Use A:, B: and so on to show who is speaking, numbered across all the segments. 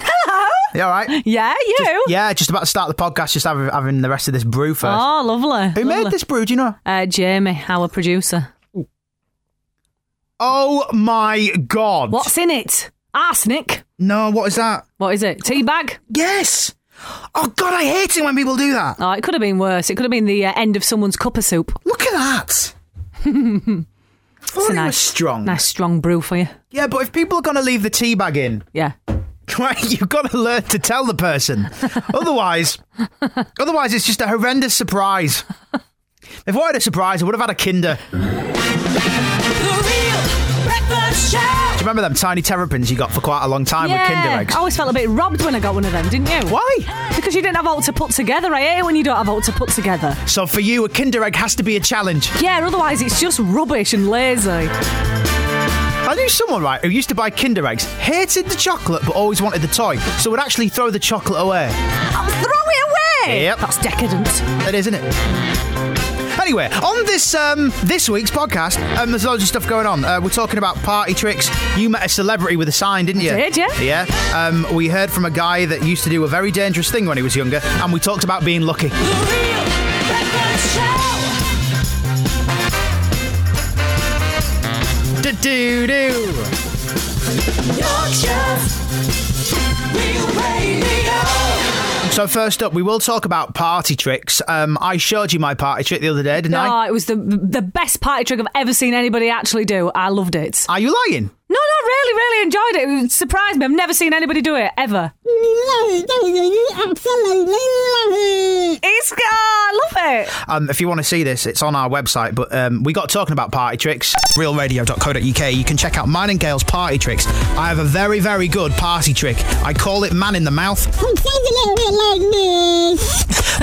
A: You all right?
B: Yeah, you.
A: Yeah, just about to start the podcast, just having, having the rest of this brew first.
B: Oh, lovely.
A: Who made this brew? Do you know?
B: Uh, Jamie, our producer.
A: Oh my god!
B: What's in it? Arsenic.
A: No, what is that?
B: What is it? Tea bag?
A: Yes. Oh god, I hate it when people do that.
B: Oh, it could have been worse. It could have been the uh, end of someone's cup of soup.
A: Look at that.
B: It's
A: Thought it was strong.
B: Nice strong brew for you.
A: Yeah, but if people are going to leave the tea bag in,
B: Yeah.
A: Right, you've got to learn to tell the person. otherwise, otherwise it's just a horrendous surprise. If I had a surprise, I would have had a Kinder. Do you
C: The Real Breakfast Show.
A: remember them tiny terrapins you got for quite a long time with
B: yeah.
A: Kinder eggs?
B: I always felt a bit robbed when I got one of them, didn't you?
A: Why?
B: Because you didn't have all to put together. I hate it when you don't have all to put together.
A: So for you, a Kinder egg has to be a challenge.
B: Yeah, otherwise it's just rubbish and lazy.
A: I knew someone right who used to buy Kinder eggs, hated the chocolate but always wanted the toy, so would actually throw the chocolate away.
B: I'll throw it away.
A: Yep.
B: That's decadent.
A: It is, isn't it? Anyway, on this um, this week's podcast, um, there's loads of stuff going on. Uh, we're talking about party tricks. You met a celebrity with a sign, didn't you?
B: did, yeah.
A: Yeah. Um, we heard from a guy that used to do a very dangerous thing when he was younger, and we talked about being lucky.
C: The Real Breakfast Show.
A: Do do do.
C: Yorkshire's Real Radio.
A: So first up, we will talk about party tricks. Um, I showed you my party trick the other day, didn't I?
B: Oh, it was the the best party trick I've ever seen anybody actually do. I loved it.
A: Are you lying?
B: No, no, really, really enjoyed it. It surprised me. I've never seen anybody do it ever. It's oh, I love it.
A: Um, if you want to see this, it's on our website. But um, we got talking about party tricks, realradio.co.uk. You can check out mine and Gail's party tricks. I have a very, very good party trick. I call it man in the mouth,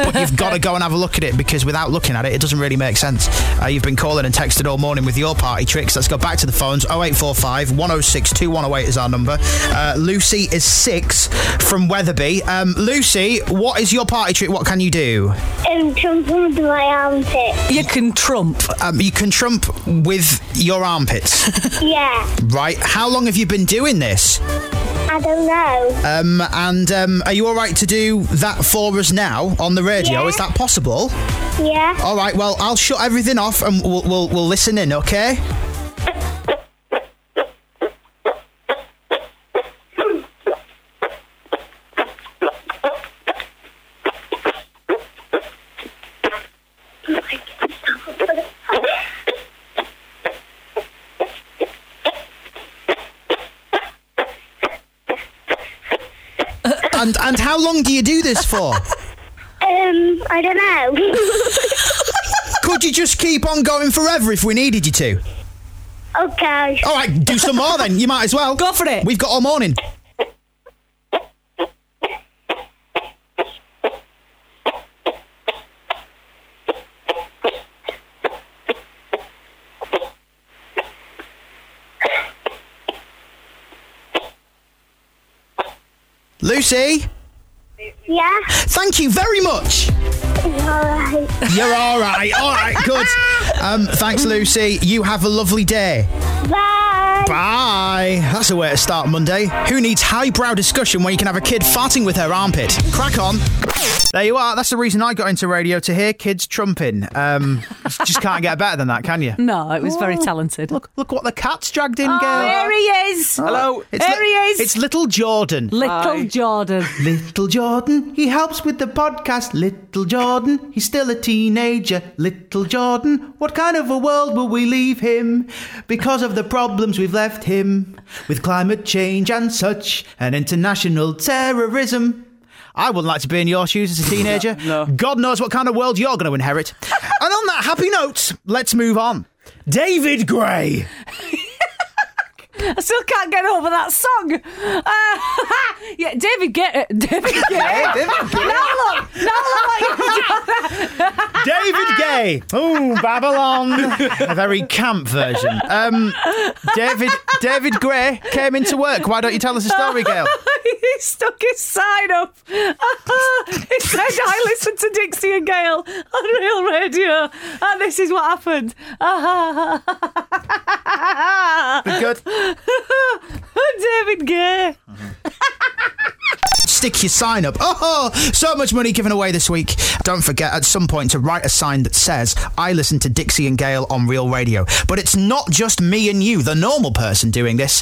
A: but you've got to go and have a look at it because without looking at it, it doesn't really make sense. Uh, you've been calling and texted all morning with your party tricks. Let's go back to the phones 0845 106 2108 is our number. Uh, Lucy is six from Weatherby. Um, Lucy, what is your party trick? What can you do?
D: Um, jump under my armpit.
B: You can trump.
A: Um, you can trump with your armpits.
D: Yeah,
A: Right. How long have you been doing this?
D: I don't know.
A: Um, and um, are you all right to do that for us now on the radio?
D: Yeah.
A: Is that possible?
D: Yeah,
A: All right. Well, I'll shut everything off and we'll we'll, we'll listen in. Okay. And, and how long do you do this for?
D: um, I don't know.
A: Could you just keep on going forever if we needed you to?
D: okay,
A: All right, do some more then. You might as well.
B: Go for it.
A: We've got all morning. Lucy,
D: yeah,
A: thank you very much.
D: alright.
A: You're all right. All right, good. Um, thanks, Lucy. You have a lovely day.
D: Bye.
A: Bye. That's a way to start Monday. Who needs highbrow discussion when you can have a kid farting with her armpit? Crack on. There you are. That's the reason I got into radio to hear kids trumping. Um, just can't get better than that, can you?
B: No, it was very talented.
A: Look, look what the cat's dragged in, girl.
B: oh, here he is.
A: Hello. It's
B: There he is.
A: It's little Jordan.
B: Little Jordan.
A: Little Jordan, he helps with the podcast. Little Jordan, he's still a teenager. Little Jordan, what kind of a world will we leave him? Because of the problems we've left him with climate change and such, and international terrorism. I wouldn't like to be in your shoes as a teenager. God knows what kind of world you're going to inherit. and on that happy note, let's move on. David Gray.
B: I still can't get over that song. Uh, yeah, David Get uh, David Get Now look, now look what you've done.
A: David Gay. Oh, Babylon. A very camp version. Um, David David Gray came into work. Why don't you tell us a story, Gail?
B: he stuck his sign up. he said, I listen to Dixie and Gale on real radio, and this is what happened.
A: Good.
B: David Gay.
A: stick your sign up. Oh, so much money given away this week. Don't forget at some point to write a sign that says, I listen to Dixie and Gale on real radio. But it's not just me and you, the normal person doing this.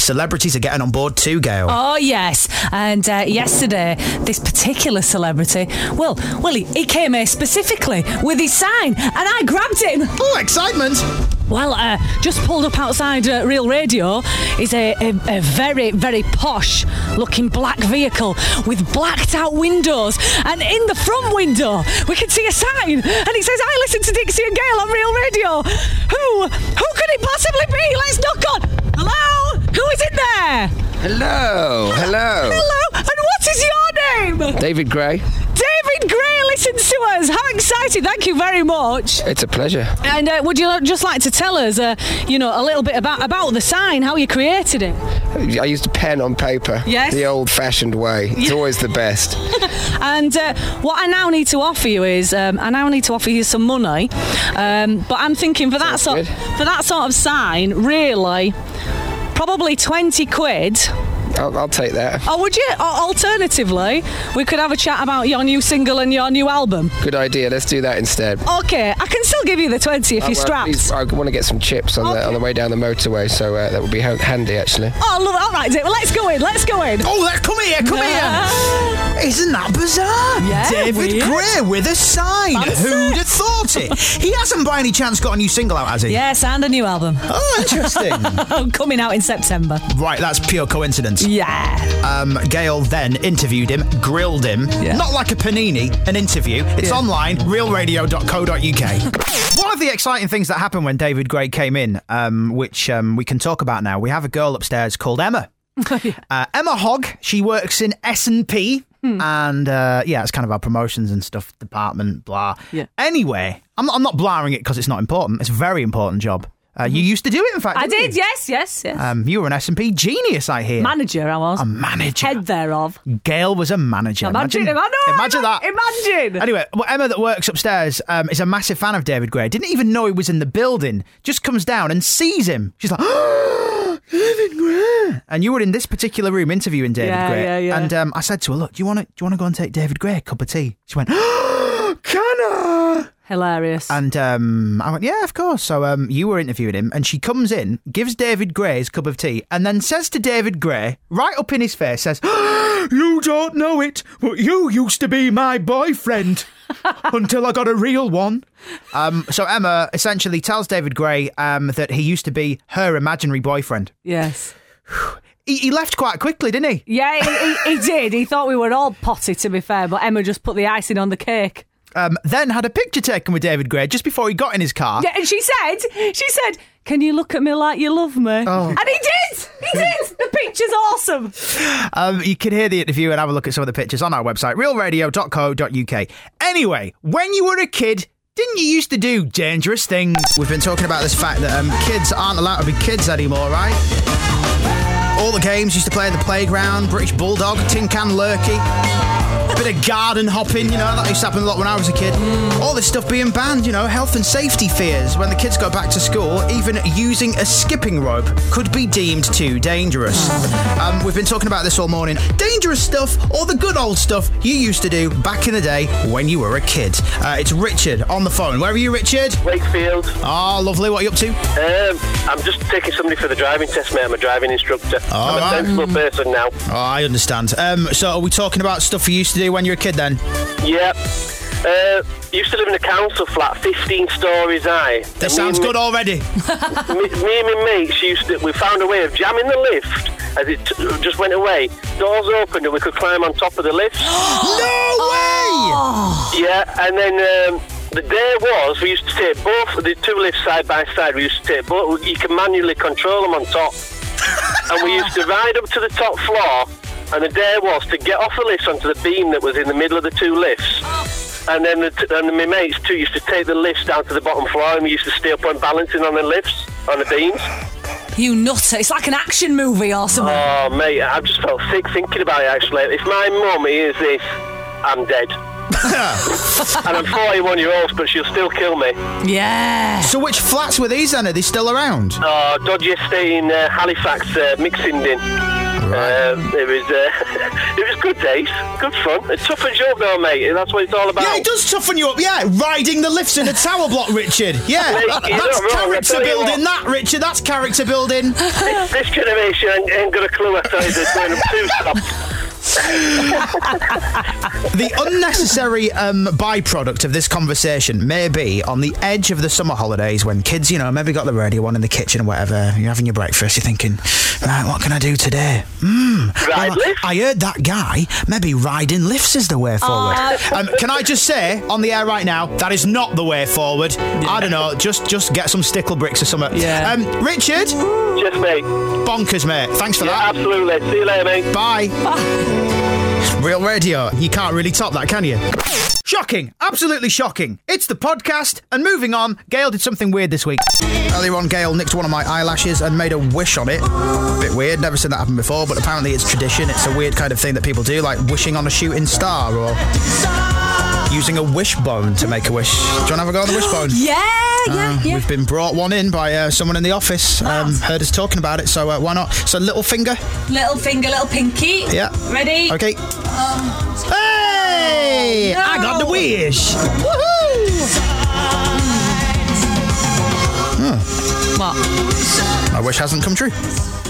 A: Celebrities are getting on board too, Gale.
B: Oh yes, and uh, yesterday this particular celebrity, well, well, he, he came here specifically with his sign, and I grabbed him.
A: Oh, excitement!
B: Well, uh, just pulled up outside uh, Real Radio is a, a, a very, very posh looking black vehicle with blacked out windows. And in the front window, we can see a sign and it says, I listen to Dixie and Gale on Real Radio. Who? Who could it possibly be? Let's knock on. Hello? Who is in there?
E: Hello, hello.
B: Hello? And what is your name?
E: David Gray.
B: David Gray listens to us. How excited. Thank you very much.
E: It's a pleasure.
B: And uh, would you just like to tell us, uh, you know, a little bit about about the sign, how you created it?
E: I used pen on paper.
B: Yes.
E: The old fashioned way. It's always the best.
B: And uh, what I now need to offer you is, um, I now need to offer you some money. Um, but I'm thinking for that sort
E: good.
B: for that sort of sign, really, probably twenty quid.
E: I'll, I'll take that.
B: Or would you? Or alternatively, we could have a chat about your new single and your new album.
E: Good idea. Let's do that instead.
B: Okay, I can still give you the twenty if
E: Oh,
B: you're
E: well,
B: strapped.
E: please, I want to get some chips on, the, on the way down the motorway, so uh, that would be ha- handy actually.
B: Oh, I love it. All right, Dick, well, let's go in. Let's go in.
A: Oh, that, come here, come here. Isn't that bizarre?
B: Yeah,
A: David
B: weird.
A: Gray with a sign. Who'd have thought it? He hasn't by any chance got a new single out, has he?
B: Yes, and a new album.
A: Oh, interesting.
B: Coming out in September.
A: right, that's pure coincidence.
B: Yeah.
A: Um, Gail then interviewed him, grilled him. Not like a panini, an interview. It's online, realradio.co.uk. One of the exciting things that happened when David Gray came in, um, which um, we can talk about now, we have a girl upstairs called Emma.
B: Oh,
A: Uh, Emma Hogg, she works in S&P.
B: Hmm.
A: And uh, yeah, it's kind of our promotions and stuff department, blah.
B: Yeah.
A: Anyway, I'm, I'm not blaring it because it's not important. It's a very important job. Uh, You used to do it, in fact.
B: Mm-hmm. I
A: didn't
B: did,
A: you?
B: yes, yes, yes.
A: Um, you were an S&P genius, I hear.
B: Manager, I was.
A: a manager.
B: Head thereof.
A: Gail was a manager.
B: Imagine, imagine, no,
A: imagine
B: ima-
A: that.
B: Imagine.
A: Anyway, well, Emma that works upstairs um, is a massive fan of David Gray. Didn't even know he was in the building. Just comes down and sees him. She's like, David Gray. And you were in this particular room interviewing David
B: Yeah,
A: Gray.
B: yeah, yeah.
A: And um, I said to her, look, do you want to do you want to go and take David Gray a cup of tea? She went, can I?
B: Hilarious.
A: And um, I went, yeah, of course. So um, you were interviewing him, and she comes in, gives David Gray his cup of tea, and then says to David Gray, right up in his face, says, "You don't know it, but you used to be my boyfriend until I got a real one." Um, so Emma essentially tells David Gray um, that he used to be her imaginary boyfriend.
B: yes.
A: He, he left quite quickly, didn't he?
B: Yeah, he, he, he did. He thought we were all potty, to be fair, but Emma just put the icing on the cake.
A: Um, then had a picture taken with David Gray just before he got in his car.
B: Yeah, and she said, she said, can you look at me like you love me?
A: Oh.
B: And he did. He did. The picture's awesome.
A: Um, you can hear the interview and have a look at some of the pictures on our website, realradio.co.uk. Anyway, when you were a kid, didn't you used to do dangerous things? We've been talking about this fact that um, kids aren't allowed to be kids anymore, right? All the games used to play in the playground British Bulldog, Tin Can Lurkey, bit of garden hopping, you know, that used to happen a lot when I was a kid. All this stuff being banned, you know, health and safety fears. When the kids go back to school, even using a skipping rope could be deemed too dangerous. Um, we've been talking about this all morning. Dangerous stuff or the good old stuff you used to do back in the day when you were a kid. Uh, it's Richard on the phone. Where are you, Richard?
F: Wakefield. Um,
A: Oh, lovely. What are you up to?
F: I'm just taking somebody for the driving test, mate. I'm a driving instructor.
A: All
F: I'm
A: right.
F: a sensible person now.
A: Oh, I understand. Um, so, are we talking about stuff you used to do when you were a kid then?
F: Yeah. Uh, used to live in a council flat, 15 stories high.
A: That sounds good already.
F: Me, me and my mates used to, we found a way of jamming the lift as it t- just went away. Doors opened and we could climb on top of the lift.
A: no way!
F: yeah, and then um, the day was we used to take both the two lifts side by side. We used to take both. You can manually control them on top, and we used to ride up to the top floor. And the day was to get off the lifts onto the beam that was in the middle of the two lifts. And then, the t- and my mates too used to take the lifts down to the bottom floor, and we used to stay up on balancing on the lifts on the beams.
B: You nutter. It's like an action movie or something.
F: Oh, mate, I've just felt sick thinking about it, actually. If my mum hears this, I'm dead. and I'm 41 year old, but she'll still kill me.
B: yeah.
A: So which flats were these then? Are they still around?
F: Oh, dodgy estate in uh, Halifax, uh, Mixingdon. Um, it was uh, it was good days, good fun. It's tough as job though, mate, and that's what it's all about.
A: Yeah, it does toughen you up. Yeah, riding the lifts in a tower block, Richard. Yeah,
F: Mate, you're
A: that's
F: not wrong, I
A: character
F: tell you
A: building.
F: what.
A: That, Richard, that's character building.
F: This, this generation ain't, ain't got a clue. I tell you, they're going up too soft.
A: the unnecessary um, byproduct of this conversation may be on the edge of the summer holidays when kids, you know, maybe got the radio on in the kitchen or whatever. You're having your breakfast. You're thinking, right, what can I do today? Mm,
F: Ride
A: well,
F: lifts?
A: I heard that guy. Maybe riding lifts is the way forward. um, can I just say on the air right now that is not the way forward. I don't know. Just just get some stickle bricks or something.
B: Yeah.
A: Um, Richard,
F: Just mate.
A: bonkers, mate. Thanks for that.
F: Yeah, absolutely. See you later, mate.
A: Bye. Real radio. You can't really top that, can you? Shocking. Absolutely shocking. It's the podcast. And moving on, Gail did something weird this week. Earlier on, Gail nicked one of my eyelashes and made a wish on it. Bit weird. Never seen that happen before, but apparently it's tradition. It's a weird kind of thing that people do, like wishing on a shooting star or using a wishbone to make a wish. Do you want to have a go on the wishbone?
B: Yeah,
A: Uh,
B: yeah, yeah.
A: We've been brought one in by uh, someone in the office. Um, heard us talking about it, so uh, why not? So, little finger.
B: Little finger, little pinky.
A: Yeah.
B: Ready?
A: Okay. hey!
B: No.
A: I got the wish.
B: What?
A: Hmm. My wish hasn't come true.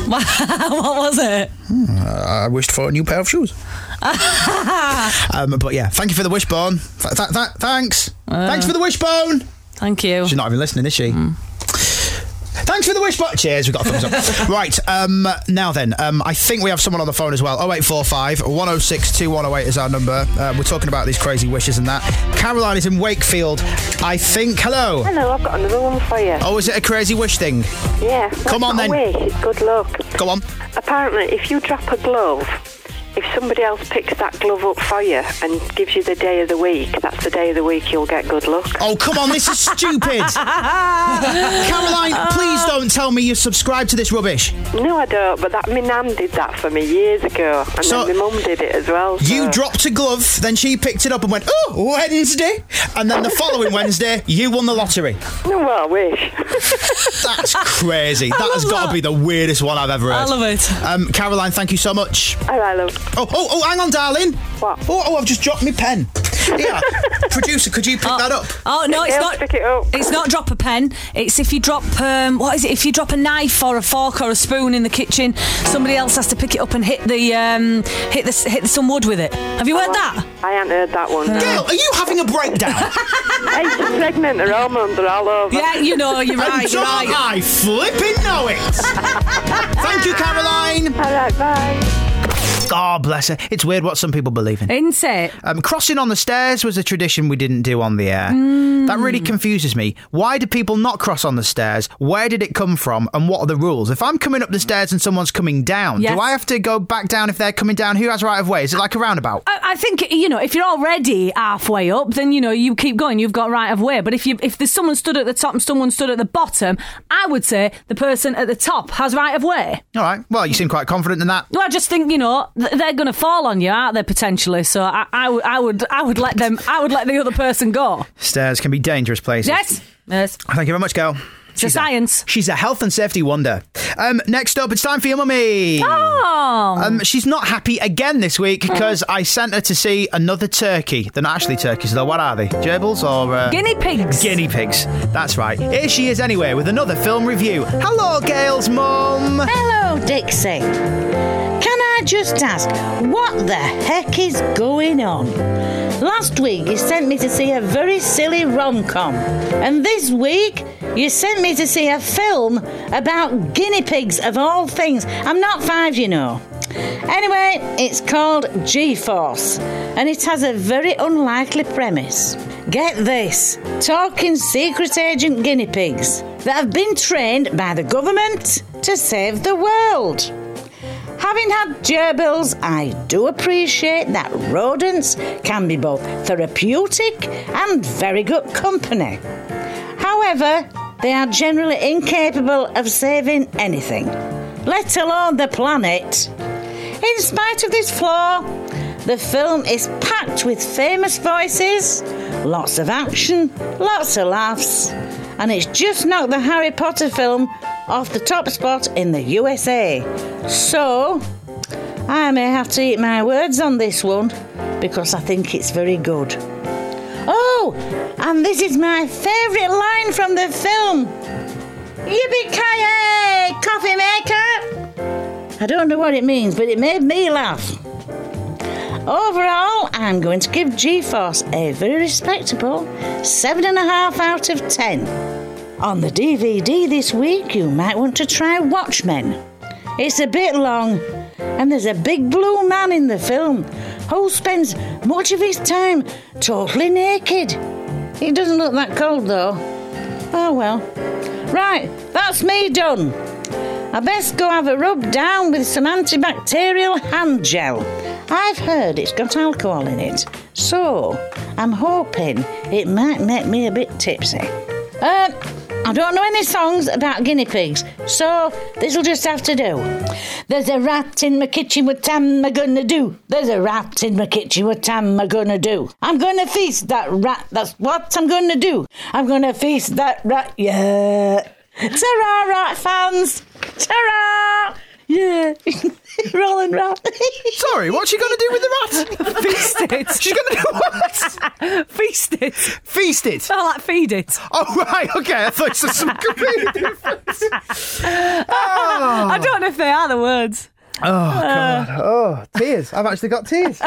A: Hmm,
B: what was it?
A: I wished for a new pair of shoes. um, but yeah, thank you for the wishbone. Th- th- th- thanks. thanks for the wishbone.
B: Uh. Thank you. Hmm.
A: She's not even listening, is she? Thanks for the wish, but cheers, we got a thumbs up. right, um, now then, um, I think we have someone on the phone as well. 0845 106 2108 is our number. Uh, we're talking about these crazy wishes and that. Caroline is in Wakefield, I think. Hello.
G: Hello, I've got another one for you.
A: Oh, is it a crazy wish thing?
G: Yeah. that's
A: Come on
G: not a
A: then.
G: wish, it's good luck.
A: Go on.
G: Apparently, if you drop a glove, if somebody else picks that glove up for you and gives you the day of the week, that's the day of the week you'll get good luck.
A: Oh, come on, this is stupid. Caroline, please don't tell me you subscribe to this rubbish.
G: No, I don't, but that my nan did that for me years ago, and
A: So-
G: then my mum did it as well.
A: You
G: so-
A: dropped a glove, then she picked it up and went, oh, Wednesday. And then the following Wednesday, you won the lottery.
G: No, well, I wish.
A: That's crazy. that has
B: love
A: got to
B: that.
A: be the weirdest one I've ever heard.
B: I love it.
A: Um, Caroline, thank you so much.
G: All right, love.
A: Oh, oh, oh, hang on, darling.
G: What?
A: Oh, oh I've just dropped my pen. Yeah. Producer, could you pick that up?
B: Oh no, it's
G: Yeah,
B: not.
G: pick it up.
B: It's not drop a pen. It's if you drop um, what is it? If you drop a knife or a fork or a spoon in the kitchen, somebody else has to pick it up and hit the um, hit the s- hit some wood with it. Have you heard that?
G: I haven't heard that one. no.
A: Gail, are you having a breakdown?
G: hey, she's pregnant, her hormones are all over.
B: Yeah, you know, you're right. You're
A: Don't I
B: right.
A: flipping know it. thank you, Caroline.
G: All right, bye.
A: God bless her. It's weird what some people believe in.
B: Isn't it?
A: Um, crossing on the stairs was a tradition we didn't do on the air. That really
B: Hmm.
A: confuses me. Why do people not cross on the stairs? Where did it come from? And what are the rules? If I'm coming up the stairs and someone's coming down,
B: Yes.
A: do I have to go back down if they're coming down? Who has right of way? Is it like a roundabout?
B: I, I think you know if you're already halfway up, then you know you keep going. You've got right of way. But if you if there's someone stood at the top and someone stood at the bottom, I would say the person at the top has right of way.
A: All right. Well, you seem quite confident in that.
B: Well, I just think you know th- they're going to fall on you, aren't they? Potentially, so I, I, would- I would, I would let them, I would let the other person go.
A: Stairs can be dangerous places.
B: Yes, yes,
A: Thank you very much, girl.
B: it's a science.
A: She's a health and safety wonder. Um, next up, it's time for your mummy.
B: Oh,
A: Um, she's not happy again this week because I sent her to see another turkey. They're not actually turkeys, though. What are they? Gerbils or. Uh...
B: guinea pigs.
A: Guinea pigs. That's right. Here she is anyway with another film review. Hello, Gail's mum.
H: Hello, Dixie. Can I just ask, what the heck is going on? Last week you sent me to see a very silly rom com, and this week you sent me to see a film about guinea pigs of all things. I'm not five, you know. Anyway, it's called G Force, and it has a very unlikely premise. Get this talking secret agent guinea pigs that have been trained by the government to save the world. Having had gerbils, I do appreciate that rodents can be both therapeutic and very good company. However, they are generally incapable of saving anything, let alone the planet. In spite of this flaw, the film is packed with famous voices, lots of action, lots of laughs, and it's just knocked the Harry Potter film off the top spot in the USA. So, I may have to eat my words on this one because I think it's very good. Oh, and this is my favourite line from the film Yippee-ki-yay, coffee maker! I don't know what it means, but it made me laugh. Overall, I'm going to give G-Force a very respectable 7.5 out of 10. On the DVD this week, you might want to try Watchmen. It's a bit long, and there's a big blue man in the film who spends much of his time totally naked. He doesn't look that cold though. Oh well. Right, that's me done. I best go have a rub down with some antibacterial hand gel. I've heard it's got alcohol in it, so I'm hoping it might make me a bit tipsy. Um, I don't know any songs about guinea pigs, so this'll just have to do. There's a rat in my kitchen, what am I gonna do? There's a rat in my kitchen, what am I gonna do? I'm gonna feast that rat, that's what I'm gonna do. I'm gonna feast that rat, yeah. Ta-ra, rat fans! Ta-ra! Yeah, rolling rat.
A: Sorry, what's she going to do with the rat?
B: Feast it.
A: She's going to do what?
B: Feast it.
A: Feast it.
B: I like feed it.
A: Oh, right, okay. I thought it was some completely different. Oh,
B: I don't know if they are the words.
A: oh, tears. I've actually got tears.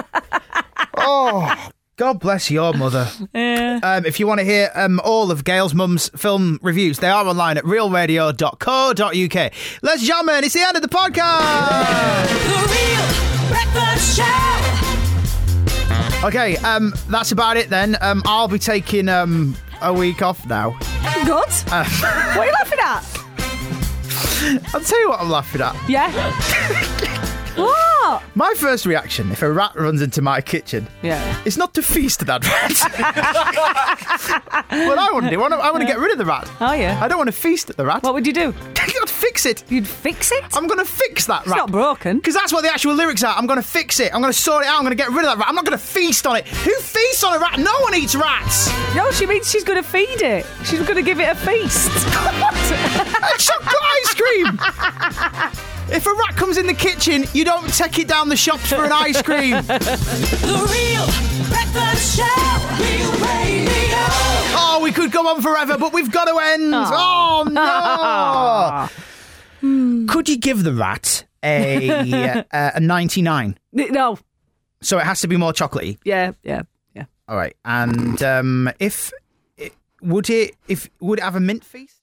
A: Oh, God bless your mother.
B: Yeah.
A: Um, if you want to hear um, all of Gail's mum's film reviews, they are online at realradio.co.uk. Let's jam in. It's the end of the podcast.
C: The Real Breakfast Show.
A: Okay, um, that's about it then. Um, I'll be taking um, a week off now.
B: Good. what
A: Uh.
B: are you laughing at?
A: I'll tell you what I'm laughing at.
B: Yeah. what?
A: My first reaction if a rat runs into my kitchen
B: Yeah.
A: It's not to feast that rat. what I want to do, I want to, I want to get rid of the rat.
B: Oh, yeah.
A: I don't want to feast at the rat.
B: What would you do?
A: I'd fix it.
B: You'd fix it?
A: I'm going to fix that
B: it's
A: rat.
B: not broken.
A: Because that's what the actual lyrics are. I'm going to fix it. I'm going to sort it out. I'm going to get rid of that rat. I'm not going to feast on it. Who feasts on a rat? No one eats rats.
B: No, she means she's going to feed it. She's going to give it a feast.
A: A chocolate ice cream. If a rat comes in the kitchen, you don't take it down the shops for an ice cream.
C: The Real Breakfast Show. Real Radio.
A: Oh, we could go on forever, but we've got to end. Oh, no. could you give the rat a, uh, a 99?
B: no.
A: So it has to be more chocolatey.
B: Yeah, yeah, yeah.
A: All right. And um, if it, would it if would it have a mint feast?